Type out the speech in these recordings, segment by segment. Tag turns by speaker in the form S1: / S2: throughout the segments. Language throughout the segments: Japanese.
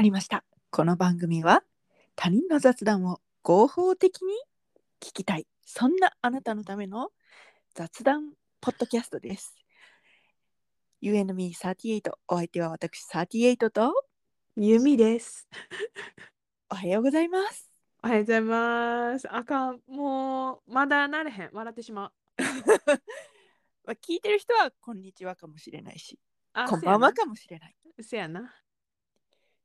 S1: ありました。この番組は他人の雑談を合法的に聞きたい。そんなあなたのための雑談ポッドキャストです。UNME38 お相手は私38と
S2: ゆみです。
S1: おはようございます。
S2: おはようございます。あかん、もう、まだなれへん。笑ってしまう。
S1: まあ聞いてる人はこんにちはかもしれないし、
S2: あ
S1: こんばんは。かもしれない。
S2: せやな。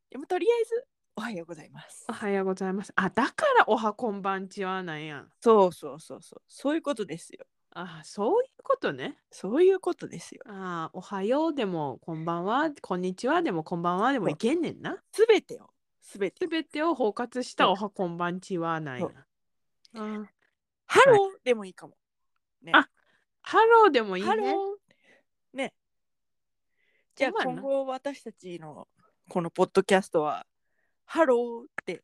S1: でもとりあえずおはようございます
S2: お。はようございます。あ、だからおはこんばんちはなんやん。
S1: そうそうそうそう。そういうことですよ。
S2: あ、そういうことね。
S1: そういうことですよ。
S2: あ、おはようでも、こんばんは、こんにちはでも、こんばんはでも
S1: そう
S2: いけんねんな。
S1: すべてを。すべて
S2: す
S1: を。
S2: べてを包括したおはこんばんちはなん
S1: そ
S2: や
S1: う。
S2: あ
S1: ハローでもいいかも。
S2: ハローでもいい
S1: ハ
S2: ね。
S1: ロー。ね。じゃあ
S2: ほんまや
S1: 今
S2: な
S1: 後私たちのこのポッドキャストはハローって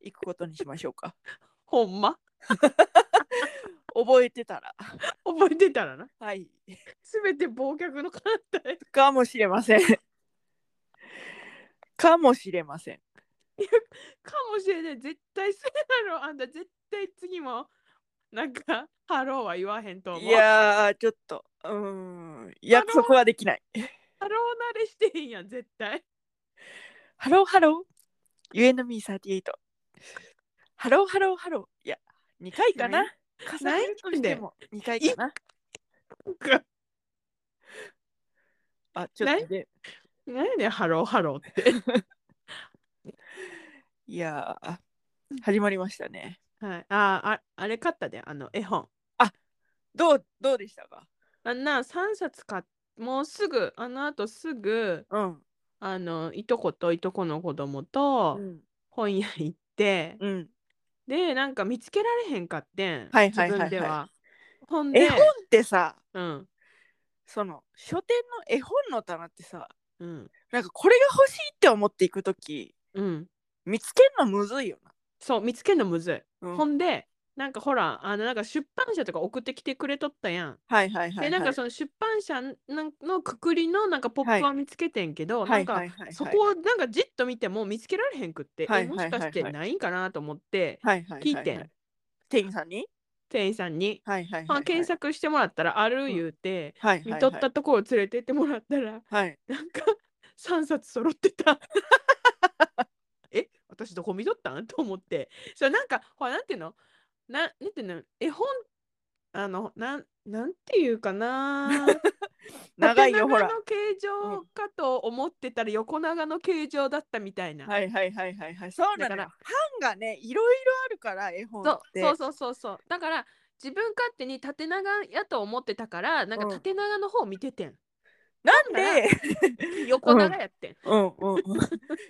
S1: 行くことにしましょうか。
S2: ほんま
S1: 覚えてたら。
S2: 覚えてたらな。
S1: はい。
S2: すべて忘却の反対。
S1: かもしれません。 かもしれません。
S2: かもしれない絶対それだろあんた絶対次もなんかハローは言わへんと思う
S1: いやー、ちょっと、うーん、約束はできない。
S2: ハロー慣れしてへんやん絶対
S1: ハローハロー。UNME38。ハローハローハロー。いや、2回かな。重ねるとしても2回かな。あ、ちょっとで。
S2: 何やねんハローハローって
S1: いやー、始まりましたね。
S2: はいあああれ買ったであの絵本
S1: どう、どうでしたか
S2: あんな3冊買っもうすぐあのあとすぐ
S1: うん。
S2: あのいとこといとこの子供と
S1: うん。
S2: 本屋行って、
S1: うん、
S2: でなんか見つけられへんかってん、
S1: はいはいはいはい
S2: 自分ではほんで
S1: 絵本ってさ、
S2: うん
S1: その書店の絵本の棚ってさ、
S2: うん
S1: なんかこれが欲しいって思っていくとき、
S2: うん
S1: 見つけんのむずいよ
S2: そう見つけるのむずい、
S1: な。うん
S2: ほんでなんかほらあのなんか出版社とか送ってきてくれとったやん、
S1: はいはいはいはい。
S2: でなんかその出版社なんのくくりのなんかポ
S1: は
S2: ッ
S1: い
S2: プは見つけてんけ
S1: は
S2: ど、
S1: い
S2: なんか、
S1: はいはいはい
S2: そこをなんかじっと見ても見つけられへんくって、え
S1: はいはい
S2: も
S1: はいは
S2: し
S1: い
S2: かしてないんかなと思って、
S1: はいはいはいはい
S2: 聞いてん
S1: 店員さんに
S2: 店員さんに、
S1: はいはいはい、
S2: まあ検索してもらったらある言うて、
S1: はいはいはい、
S2: 見とったところ連れてってもらったら
S1: はい
S2: なんか3冊揃ってた。 え私どこ見とったんと思ってそうなんかほらなんていうのななんていうの絵本あのなんなんていうか な
S1: 長いよ
S2: 縦
S1: ほ
S2: 長
S1: ら
S2: の形状かと思ってたら横長の形状だったみたいな、
S1: はいはいはいはいはいそうな
S2: だか
S1: のよ
S2: ら
S1: 版がねいろいろあるから絵本
S2: そ
S1: っ
S2: う
S1: て
S2: そうそうそうそうだから自分勝手に縦長やと思ってたからなんか
S1: うん
S2: 縦長の方見てて ん、
S1: なんで
S2: 横長やってん、
S1: うんうんうん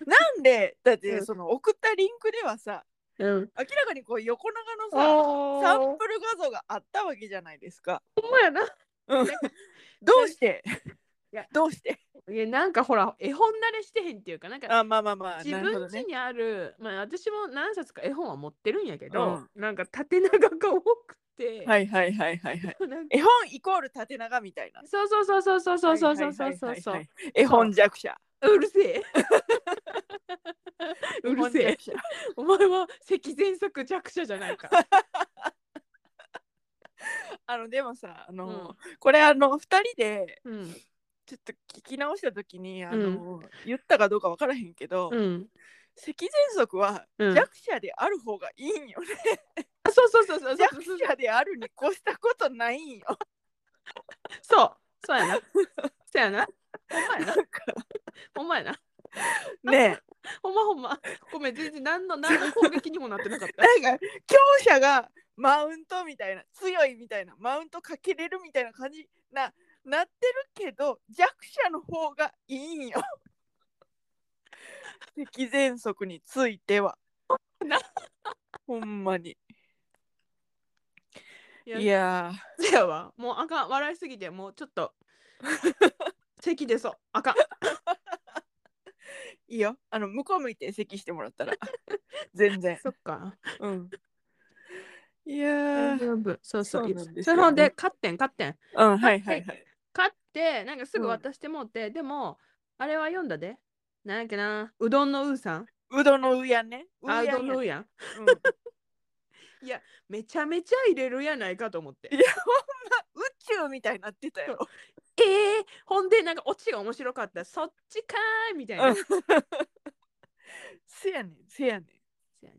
S1: なんでだって
S2: うん
S1: その送ったリンクではさ
S2: うん、
S1: 明らかにこう横長のさ
S2: お
S1: サン
S2: ー
S1: プル画像があったわけじゃないですか
S2: ほんまやな
S1: うん
S2: なんか
S1: どうして
S2: いや
S1: どうして
S2: いやなんかほら絵本慣れしてへんっていうかなんか
S1: あまあまあまあ
S2: 自
S1: なるほど
S2: 分
S1: ね
S2: 家にあるまあ私も何冊か絵本は持ってるんやけど、
S1: う
S2: なんか縦長が多くて、
S1: はいはいはいはいはい
S2: なんか
S1: 絵本イコール縦長みたいな
S2: そうそうそうそうそうそうそうそうそう
S1: は
S2: そう
S1: い
S2: そ
S1: は
S2: う
S1: いはいはいはい絵本弱者
S2: うる せえう
S1: 絵
S2: る
S1: 本
S2: せえ
S1: 弱者
S2: お前は赤前作弱者じゃないか
S1: あのでもさあの、
S2: うん
S1: これあの2人で
S2: うん
S1: ちょっと聞き直した時にあの、言ったかどうか分からへんけど、
S2: うん
S1: 咳喘息は
S2: うん
S1: 弱者である方がいいんよね、
S2: あそうそうそうそうそう
S1: 弱者であるに越したことないんよ
S2: そうそうやなそうやなほんまやなほんまやな
S1: ね
S2: ほんまほんまごめん全然何の何の攻撃にもなってなかった
S1: えなんか強者がマウントみたいな強いみたいなマウントかけれるみたいな感じななってるけど弱者の方がいいんよ 咳喘息については
S2: な
S1: ほんまに
S2: いや
S1: いやー
S2: せやわ。もうあかん。笑いすぎて、もうちょっ と。咳出そう。あかん。
S1: いいよあの向こう向いて席してもらったら 全然
S2: そっか。
S1: うんいや
S2: 大
S1: ー
S2: 丈夫。そうそう。
S1: そうなんですよね
S2: そので、勝ってん、勝ってん。
S1: うんはいはいはい
S2: 勝って、なんかすぐ
S1: うん
S2: 渡してもうて、でも、あれは読んだで。なんやっけなうどんのうーさん
S1: うどんのうやね。
S2: あう
S1: や
S2: どんのうーやん
S1: うん
S2: めちゃめちゃ入れるやないかと思って
S1: いやほんま宇宙みたいになってたよ。
S2: えー、ほんでなんかオチが面白かったそっちかーいみたいな、
S1: うんせやねんせやねん。
S2: そうやね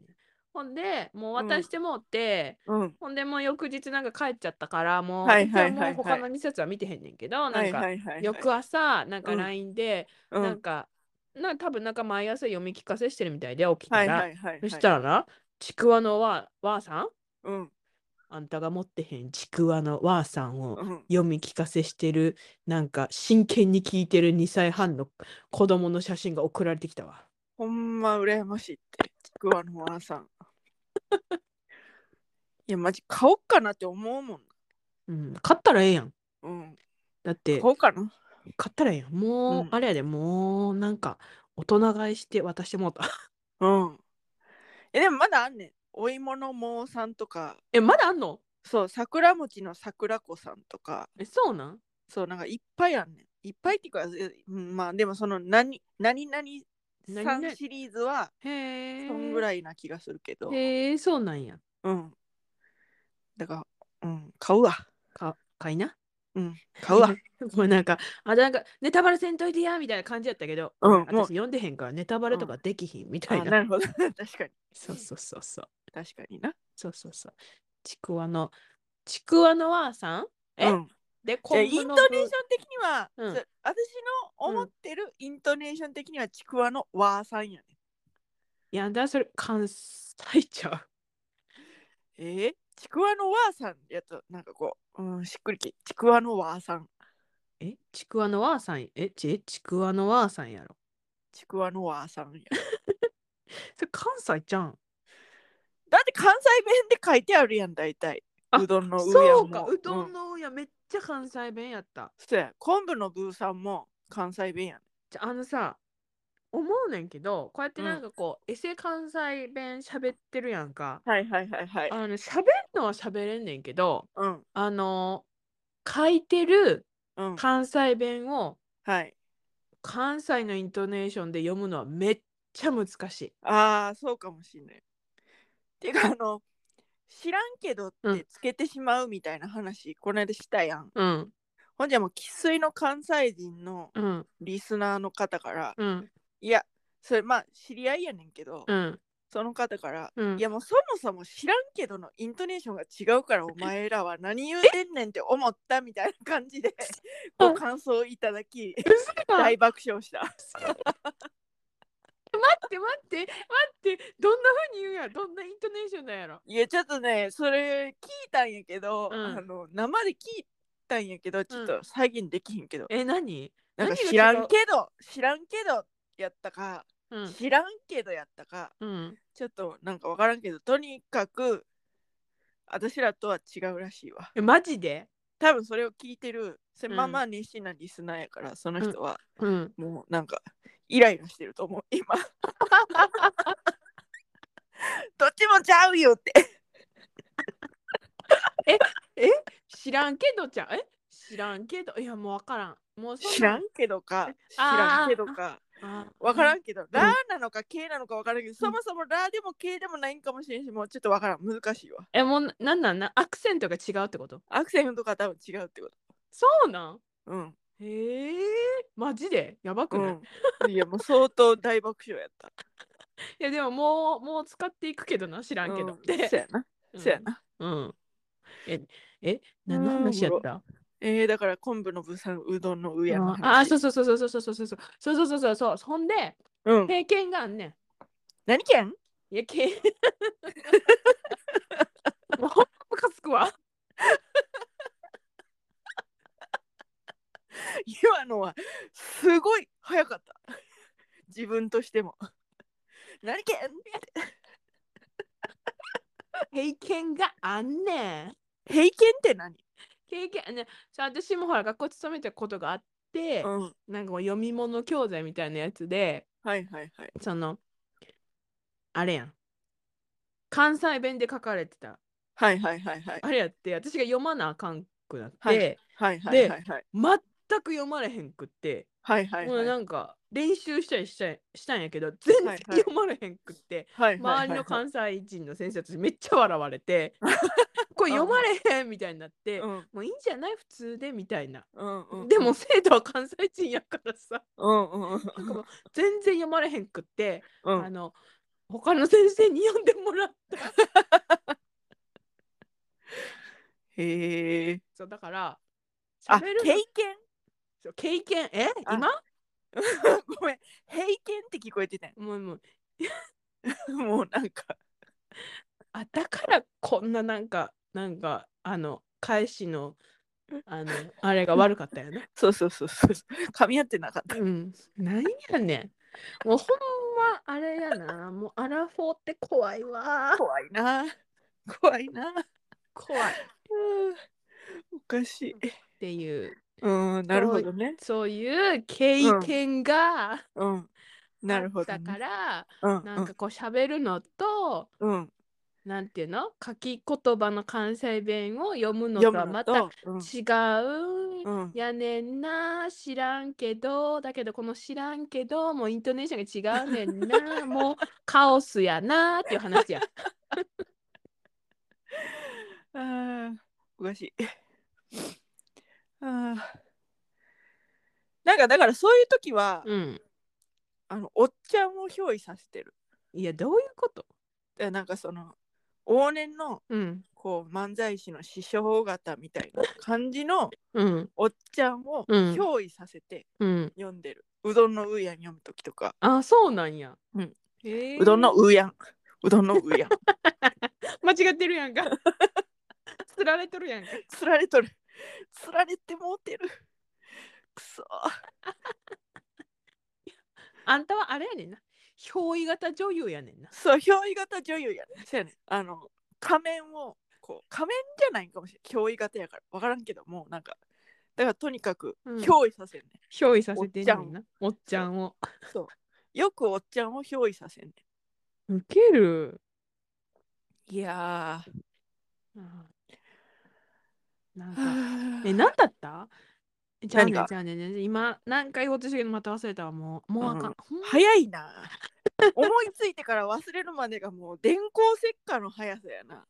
S2: ほんでもう渡してもうて、
S1: うん。
S2: ほんでもう翌日なんか帰っちゃったからもう、
S1: はいはいはいはい
S2: じゃあもう他の2冊は見てへんねんけど、なんか、
S1: いは
S2: 翌朝なんか
S1: うん
S2: LINE で、
S1: うん
S2: なんかな多分なんか毎朝読み聞かせしてるみたいで起きたら、
S1: はいはいはいはい。
S2: そしたらなちくわのわわーさん
S1: うん
S2: あんたが持ってへんちくわのわーさんを
S1: うん。
S2: 読み聞かせしてるなんか真剣に聞いてる2歳半の子供の写真が送られてきたわ。
S1: ほんま羨ましいって。ちくわのおばあさん。いやマジ買おっかなって思うもん。
S2: うん、買ったらええやん。
S1: うん。
S2: だって
S1: 買おうかな。
S2: 買ったらええやん。もう、
S1: うん
S2: あれやでもうなんか大人買いして渡してもうた。
S1: うん。えでもまだあんねん。お芋のもうさんとか、
S2: えまだあんの
S1: そう桜餅の桜子さんとか、
S2: えそうなん
S1: そうなんかいっぱいあんねん。いっぱいっていうか、えうんまあでもその何何々さ
S2: 何々
S1: んシリーズは
S2: へえ。
S1: そんぐら
S2: い。
S1: いな気がするけど、
S2: へえそうなんや。
S1: うん。だから、うん、買うわ。
S2: か買いな。
S1: 買うわ。
S2: もうなんか、あ、なんか、ネタバレせんといてやみたいな感じやったけど、
S1: うん、
S2: 私
S1: もう。
S2: 読んでへんからネタバレとかできひんみたい
S1: あ
S2: な。
S1: なるほど。 確かに。
S2: そうそうそうそう。
S1: 確かにな。
S2: そうそうそう。ちくわの、ちくわのわーさんえ
S1: うん、
S2: で、こ
S1: いやイントネーション的には、
S2: うん
S1: そ私の思ってるイントネーション的にはちくわのわーさんやね。
S2: いや、だ、それ、関西ちゃ
S1: えー、ちくわのわーさんやとなんかこう、うん、しっくりきちくわのわーさん
S2: う。え、ちくわのわーさん、え、ち、ちくわのわーさんやろ。
S1: ちくわのわーさんや
S2: それ、関西ちゃん。
S1: だって関西弁で書いてあるやん大体
S2: あ
S1: うどんの上や
S2: そ
S1: も
S2: うか、うどん
S1: の、
S2: のうや、めっちゃ関西弁やった。
S1: そうや昆布のブーさんも関西弁やね
S2: じゃあ、あのさ、思うねんけど、こうやってなんかこう、エセ関西弁喋ってるやんか。
S1: はいはいはいは
S2: あの喋るのは喋れんねんけど、
S1: うん
S2: あの書いてる
S1: うん
S2: 関西弁を
S1: はい
S2: 関西のイントネーションで読むのはめっちゃ難しい。
S1: ああそうかもしんないていうかあの知らんけどっ
S2: う
S1: て
S2: ん
S1: つけてしまうみたいな話、この間したやん
S2: うん
S1: ほんじゃもう生粋の関西人の
S2: うん
S1: リスナーの方から
S2: うん
S1: いやそれまあ知り合いやねんけど、
S2: うん
S1: その方から、
S2: うん
S1: い。やもうそもそも知らんけどのイントネーションが違うからお前らは何言うてんねんって思ったみたいな感じ でご感想いただき
S2: 嘘だ
S1: 大
S2: 待
S1: 爆笑した。
S2: って待って待ってどんな風に言うんやどんなイントネーションなんやろ。
S1: いやちょっとねそれ聞いたんやけど、
S2: うん
S1: あの生で聞いたんやけどちょっと再現できひんけど、
S2: え何？
S1: なんか
S2: 何が違
S1: 知らん
S2: う
S1: けど知らんけどやったか、
S2: うん
S1: 知らんけどやったか
S2: うん。
S1: ちょっとなんかわからんけどとにかく私らとは違うらしいわ。
S2: えマジで？
S1: 多分それを聞いてる、せ
S2: うん
S1: まあまあ熱心なリスナーやから、その人は
S2: うん。
S1: もうなんかイライラしてると思う、 今。どっちもちゃうよって。
S2: 知らんけどじゃんえ知らんけどいやもうわからんもうそ
S1: 知らん
S2: ん
S1: けどか、知
S2: あ
S1: ら
S2: ー
S1: んけどか、
S2: なんあ
S1: わからんけど、ラ
S2: うん
S1: ーなのか K なのかわからんけど、そもそもラーでも K でもないんかもしれんし、もうちょっとわからん、難しいわ。
S2: えもうなんなんなアクセントが違うってこと？
S1: アクセントが多分違うってこと。
S2: そうなん？
S1: うん。
S2: へえマジでやばく
S1: う
S2: ない、
S1: ん、
S2: い
S1: いやもう相当大爆笑やった。
S2: やでももうもう使っていくけどな知らんけど、
S1: うん
S2: で
S1: そやな、
S2: うん
S1: そやな。
S2: うんええ何
S1: うん
S2: の話やった
S1: えー、だから昆布のぶさん、うどんのうやの話。
S2: ああそうそうそうそうそうそうそうそうそうそうそうそうそうそんで
S1: うん。
S2: 経験があんねん
S1: 何県
S2: いや経もうほんまムカつくわ
S1: 今のはすごい早かった 自分としても 何県
S2: 経験があんねん
S1: 平均って何、
S2: 経験ねそう私もほら学校勤めてたことがあって、
S1: うん、
S2: なんかこう読み物教材みたいなやつで
S1: はいはいはい
S2: そのあれやん関西弁で書かれてた
S1: はいはいはいはい
S2: あれやって私が読まなあかんくなって、
S1: はいはいはいはいはい
S2: 全く読まれへんくって、
S1: はいはい
S2: もう
S1: は
S2: ないんか練習したりしたいしたんやけど全
S1: は
S2: 然
S1: いはい
S2: 読まれへんくって、
S1: はい
S2: 周りの関西人の先生たちめっちゃ笑われて「 これ読まれへん」みたいになって
S1: う。ん
S2: もういいんじゃない普通でみたいな、
S1: うんうん
S2: でも生徒は関西人やか らさ
S1: うんうんうん
S2: なんかもう全然読まれへんくって、
S1: う
S2: あ
S1: ん
S2: の他の先生に読んでもらった
S1: へえ
S2: そうだから
S1: あ
S2: 喋るの
S1: 経験
S2: そう経験え
S1: あ
S2: 今
S1: ごめん平験って聞こえてたよ
S2: もうもう
S1: もうなんか
S2: あだからこんななんかなんかあの返しのあのあれが悪かったよ ね。
S1: そうそうそうそう噛み合ってなかった
S2: うん、なんやねん。もうほんまあれやな。もうアラフォーって怖いわ。
S1: 怖いな怖いな
S2: 怖い。っ
S1: おかしい
S2: ていう
S1: うんなるほどね
S2: そういう経験があっ
S1: うんなるほど
S2: た
S1: ね
S2: から、
S1: うんう
S2: なん
S1: ん
S2: かこう喋るのと、
S1: うん
S2: なんていうの書き言葉の関西弁を読むの
S1: 読
S2: と
S1: む
S2: は
S1: の
S2: ま
S1: と
S2: た
S1: うん
S2: 違う
S1: うん
S2: やねんな知らんけどだけどこの知らんけどもうイントネーションが違うねんなもうカオスやなっていう話や
S1: あーおかしい。あーなんかだからそういう時は、
S2: うん
S1: あのおっちゃんを憑依させてる。
S2: いやどういうこと
S1: でなんかその往年の
S2: うん
S1: こう漫才師の師匠方みたいな感じの
S2: うん
S1: おっちゃんを
S2: うん
S1: 憑依させて
S2: うん
S1: 読んでる。うどんのうーやん読む時とか、
S2: あそうなんや、
S1: うん
S2: へえ
S1: うどんのうーやんうどんのうーやん
S2: 間違ってるや んか釣られとるやんか
S1: つられとるつられてもうてるくそ
S2: あんたはあれやねんな憑依型女優やねんな
S1: そう、憑依型女優やね。そうやね。あの、仮面を、こう、仮面じゃないかもしれない。憑依型やから。わからんけど、もうなんか、だからとにかく、
S2: うん
S1: 憑依させんね、
S2: 憑依させてんねんなおっちゃんを
S1: よくおっちゃんを憑依させんね
S2: ウケる
S1: ん。いや
S2: なんか
S1: ー。
S2: え、なんだったじゃあね
S1: 何が、
S2: じゃあね、ね今、何回言おうとしたけど、また忘れたわ。もう、もうあか
S1: うん
S2: ん。ほんま
S1: 早いな。思いついてから忘れるまでがもう電光石火の速さやな。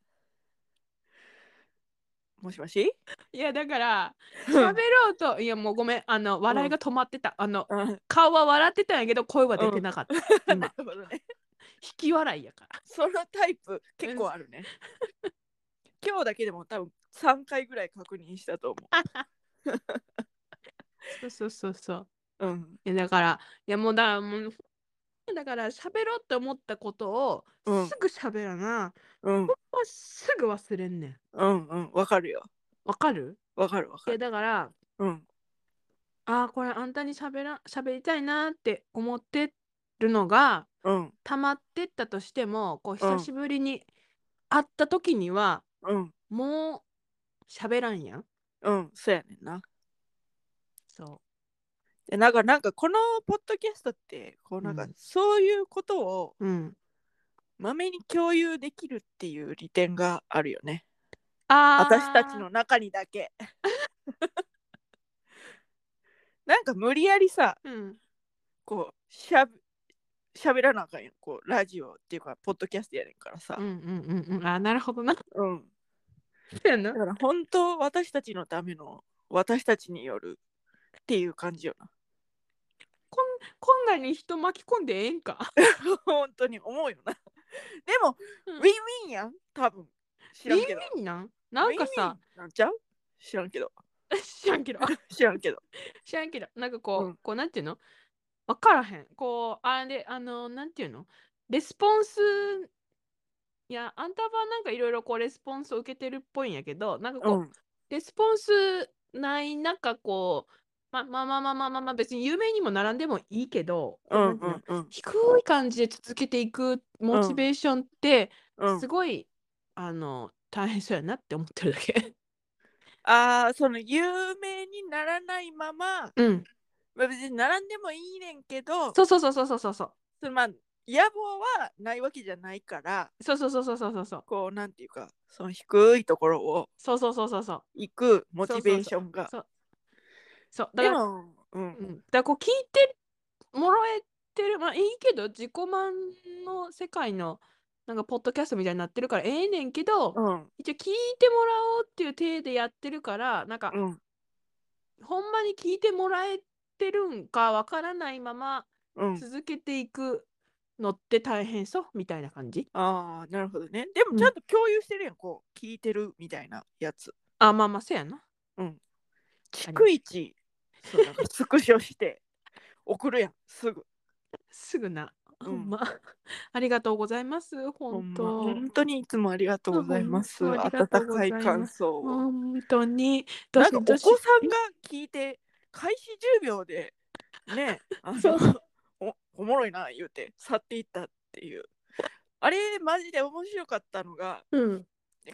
S1: もしもし
S2: いや、だから、 喋ろうと、いや、もうごめん、あの、笑いが止まってた。あの、
S1: うん。な
S2: 顔は笑ってたんやけど、声は出てなかった。今
S1: る、ほどね。
S2: 引き笑いやから。
S1: そのタイプ結構あるね。 今日だけでも多分3回ぐらい確認したと思
S2: そうそうそうそう。
S1: う。うん。
S2: いや、だから、いや、もうだ、もう、だから、喋ろうと思ったこと
S1: う
S2: を、
S1: ん
S2: すぐ喋らな、
S1: うん
S2: ほんますぐ忘れんねん。
S1: うんうん。わかるよ。
S2: わかる
S1: わかるわ
S2: い
S1: か
S2: や、
S1: る。
S2: だから、
S1: うん
S2: ああこれあんたに喋ら喋りたいなって思ってるのが
S1: うん
S2: 溜まってったとしてもこう
S1: うん
S2: 久しぶりに会った時には、
S1: うん
S2: もう喋らんやん。
S1: うん。そうやねんな。
S2: そ
S1: でなんかなんかこのポッドキャストってこうなん
S2: う
S1: か
S2: ん
S1: そういうことを
S2: う。うん。
S1: まめに共有できるっていう利点があるよね。
S2: あー
S1: 私たちの。中にだけ。 なんか無理やりさ
S2: うん。
S1: こうしゃべしゃべらなあかんやんこうラジオっていうかポッドキャストやねんからさ
S2: うんうん、うんうん。あーなるほどな。
S1: うん、
S2: そうやな
S1: だから本当私たちのための私たちによるっていう感じよな
S2: こんこんなに人巻き込んでええんか。
S1: 本当に思うよなで も、
S2: うん
S1: ウィンウィンやん多分知らんけど
S2: いいなんなんか
S1: ウィンウィ
S2: さ
S1: ンなんちゃう知らんけど
S2: 知ら んけど
S1: 知らんけど
S2: 知らんけどなんかこう、
S1: うん
S2: こうなんていうの分からへんこうあれであのなんていうのレスポンスいやあんたはなんかいろいろこうレスポンスを受けてるっぽいんやけどなんかこ
S1: う
S2: う、
S1: ん
S2: レスポンスない中こうままあまあまあまあまあ、まあ、別に有名にも並んでもいいけど、こ
S1: う
S2: うんなんて
S1: う
S2: いうの
S1: んうん
S2: 低い感じで続けていくモチベーションって
S1: うん
S2: すごい、あの大変そうやなって思ってるだけ。
S1: ああその有名にならないまま
S2: うん、
S1: まあ別に並んでもいいねんけど
S2: そうそうそうそうそうそうそう
S1: そのまあ野望はないわけじゃないから
S2: そうそうそうそうそうそう
S1: こうなんていうかその低いところを
S2: そうそうそうそうそう
S1: 行くモチベーションが
S2: そうそうだ
S1: で
S2: から
S1: も、う
S2: うん
S1: ん、
S2: だからこう聞いてもらえてるまあいいけど自己満の世界のなんかポッドキャストみたいになってるからええねんけど、
S1: うん
S2: 一応聞いてもらおうっていう体でやってるからなんか、
S1: うん
S2: ほんまに聞いてもらえてるんかわからないまま
S1: うん
S2: 続けていくのって大変そうみたいな感じ
S1: ああなるほどねで
S2: う
S1: も
S2: ん
S1: ちゃんと共有してるやんこう聞いてるみたいなやつ
S2: あまあまあそうやな
S1: 逐一そうなんか スクショして送るやんすぐ
S2: すぐな、
S1: うん
S2: ほんま ありがとうございます
S1: ほん
S2: 本
S1: ま
S2: 当
S1: 本当にいつもありがとうございます
S2: うんほんと
S1: 温
S2: ありがとうご
S1: か
S2: ざ
S1: い
S2: います
S1: 感想を
S2: 本当に
S1: なん
S2: どし
S1: かお
S2: ど
S1: 子
S2: し
S1: さんが聞いて開始10秒でねあ
S2: そう
S1: のおおもろいな言うて去っていったっていうあれマジで面白かったのが
S2: うん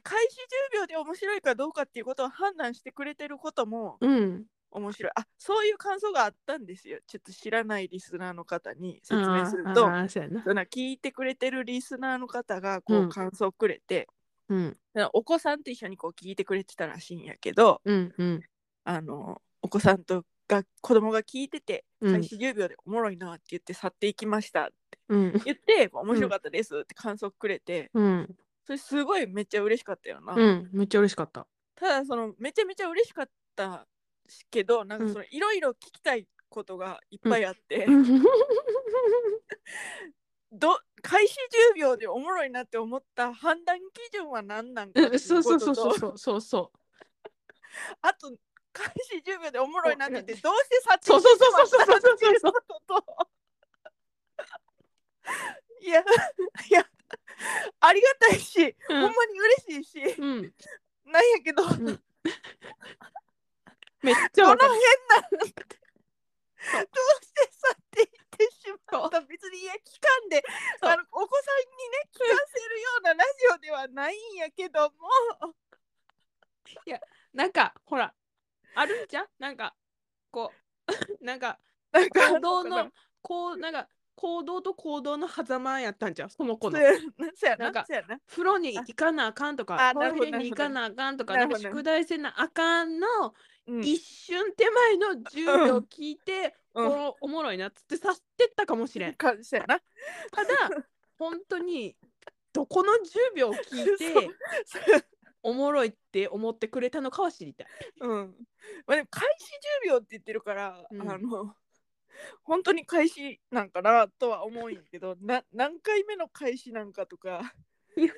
S1: 開始10秒で面白いかどうかっていうことを判断してくれてることも
S2: うん
S1: 面白いあそういう感想があったんですよちょっと知らないリスナーの方に説
S2: あ
S1: 明
S2: ー
S1: する
S2: あ
S1: と
S2: ーそうやな
S1: その聞いてくれてるリスナーの方がこ
S2: う
S1: うん感想くれて、
S2: うん
S1: お子さんと一緒にこう聞いてくれてたらしいんやけど、
S2: うんうん
S1: あのお子さんとが子供が聞いてて
S2: うん
S1: 開始10秒でおもろいなって言って去っていきましたって
S2: うん
S1: 言って、面白かったですって感想くれて
S2: うん
S1: それすごいめっちゃ嬉しかったよな、
S2: うんめっちゃ嬉しかった
S1: ただそのめちゃめちゃ嬉しかったけどなんか
S2: うん
S1: そのいろいろ聞きたいことがいっぱいあって、 ど開始10秒でおもろいなって思った判断基準は何なんかってい
S2: うん
S1: う
S2: そう
S1: こ
S2: そ
S1: と
S2: うそうそ
S1: と
S2: うそうそうそう
S1: あと開始10秒でおもろいなって言ってどうして去って
S2: そうそうそうそうそうそうそうそう
S1: いや、いや、ありがたいし、
S2: う
S1: ほん
S2: ん
S1: まに嬉しいし、
S2: うん
S1: なんやけど、
S2: ん
S1: どの
S2: めっちゃ
S1: 辺な
S2: わかる
S1: のって、どうして去っていってしまった、別にいや、期間で、
S2: そう
S1: あのお子さんにね、聞かせるようなラジオではないんやけども、
S2: なんかほらあるんじゃんなんかこう なんか
S1: なんか、
S2: 行動
S1: なん
S2: の
S1: か
S2: こうなんか行動と行動の狭間やったんじゃんその子
S1: そ
S2: の
S1: うやな、そうや
S2: な
S1: なん
S2: か、
S1: そうやな。
S2: 風呂に行かなあかんと
S1: あ
S2: か
S1: あなる
S2: ト
S1: ほ
S2: イ
S1: ど
S2: レに行かなあかんとか
S1: な
S2: な
S1: る
S2: ん
S1: ほど
S2: か宿題せなあかんの
S1: うん
S2: 一瞬手前の10
S1: う
S2: 秒
S1: ん
S2: 聞いて、
S1: うん
S2: こうおもろいなっつってさってったかもし れん。
S1: 感じやな。
S2: ただ本当にどこの10秒聞いて
S1: そうそう
S2: おもろいって思ってくれたのかは知りたい。
S1: うん。まあ、でも開始10秒って言ってるから、
S2: うん
S1: あの 本当に開始なんかなとは思うんやけどな何回目の開始なんかとか
S2: いや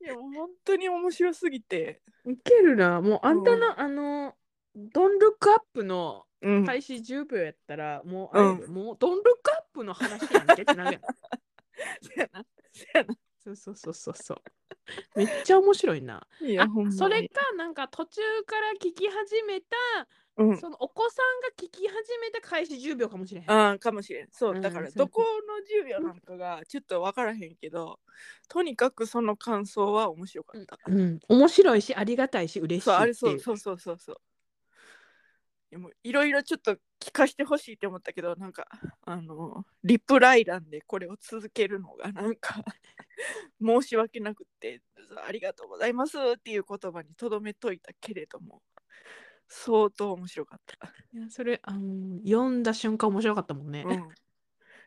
S1: いやもう本当に面白すぎて、
S2: いけるなもうあんた
S1: う
S2: の、あの「ドンルックアップ」の
S1: うん
S2: 開始10秒やったらもう、
S1: う
S2: あ
S1: ん
S2: れよもう「ドンルックアップ」の話やんけってなるやん。
S1: そうやなそうやな
S2: そうそうそうそうそう。めっちゃ面白いな。
S1: いや
S2: あ
S1: ほんまに
S2: それかなんか途中から聞き始めた、
S1: うん
S2: そのお子さんが聞き始めた開始10秒かもしれへん。
S1: あーかもしれんそううんだから
S2: そう
S1: どこの10秒なんかがちょっと分からへんけどとにかくその感想は面白かった、
S2: うん、面白いしありがたいし嬉しい
S1: そうあれ
S2: って
S1: そ
S2: いう
S1: うそうそうそうそうでもいろいろちょっと聞かしてほしいって思ったけどなんかあのリプライ欄でこれを続けるのがなんか 申し訳なくってありがとうございますっていう言葉にとどめといたけれども相当面白かった、
S2: いやそれあの読んだ瞬間面白かったもんね、
S1: うん、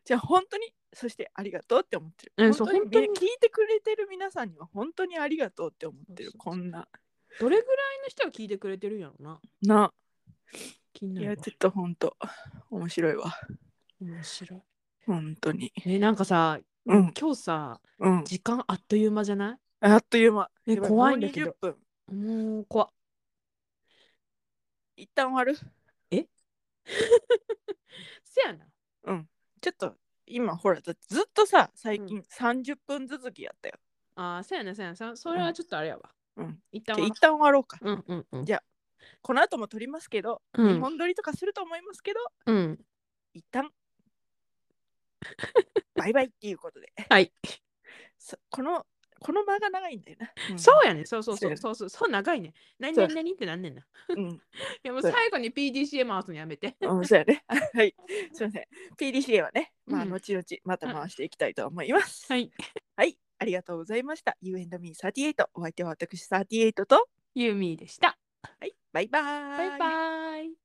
S1: じゃあ本当にそしてありがとうって思ってる、
S2: うんそう
S1: 本当に
S2: 本
S1: 聞いてくれてる皆さんには本当にありがとうって思ってる
S2: そうそうそう
S1: こんな
S2: どれぐらいの人が聞いてくれてるんやろな
S1: な
S2: 気に
S1: い
S2: な
S1: や
S2: る
S1: ちょっと本当面白いわ
S2: わ面白い
S1: 本当に
S2: ねなんかさ
S1: うん
S2: 今日さ
S1: うん
S2: 時間あっという間じゃな
S1: あっという間。
S2: ね
S1: やば
S2: 怖いんだけ
S1: も
S2: ど
S1: う20分。
S2: いもう怖っ
S1: 一旦終わる。
S2: せやな
S1: ちょっと今ほらだってずっとさ最近30分続きやったよ。
S2: あーせやなせやなさそれはちょっとあれやわ、
S1: うん
S2: 一旦
S1: じゃあ
S2: は
S1: 一旦終わろうか。
S2: うんうんうん
S1: じゃこの後も撮りますけど、
S2: う
S1: 日
S2: ん
S1: 本撮りとかすると思いますけど、
S2: うん
S1: 一 旦バイバイっていうことで。
S2: はい
S1: そこのこの間が長いんだよな。ん
S2: そうやねそうそう
S1: せや
S2: そ
S1: な
S2: うそうそうそう長いね何
S1: そうや
S2: 何何ってなんねんない
S1: うん。
S2: やもう
S1: そうや
S2: 最後に PDCA 回すのやめて
S1: うん、そうやね。はい。すいません。PDCA はね、まあ、
S2: うん
S1: 後々また回していきたいと思います。
S2: はい
S1: はい、ありがとうございました。You and me38。お相手は私38と。
S2: ユーミーでした
S1: はい、バイバーイ。
S2: バイバイ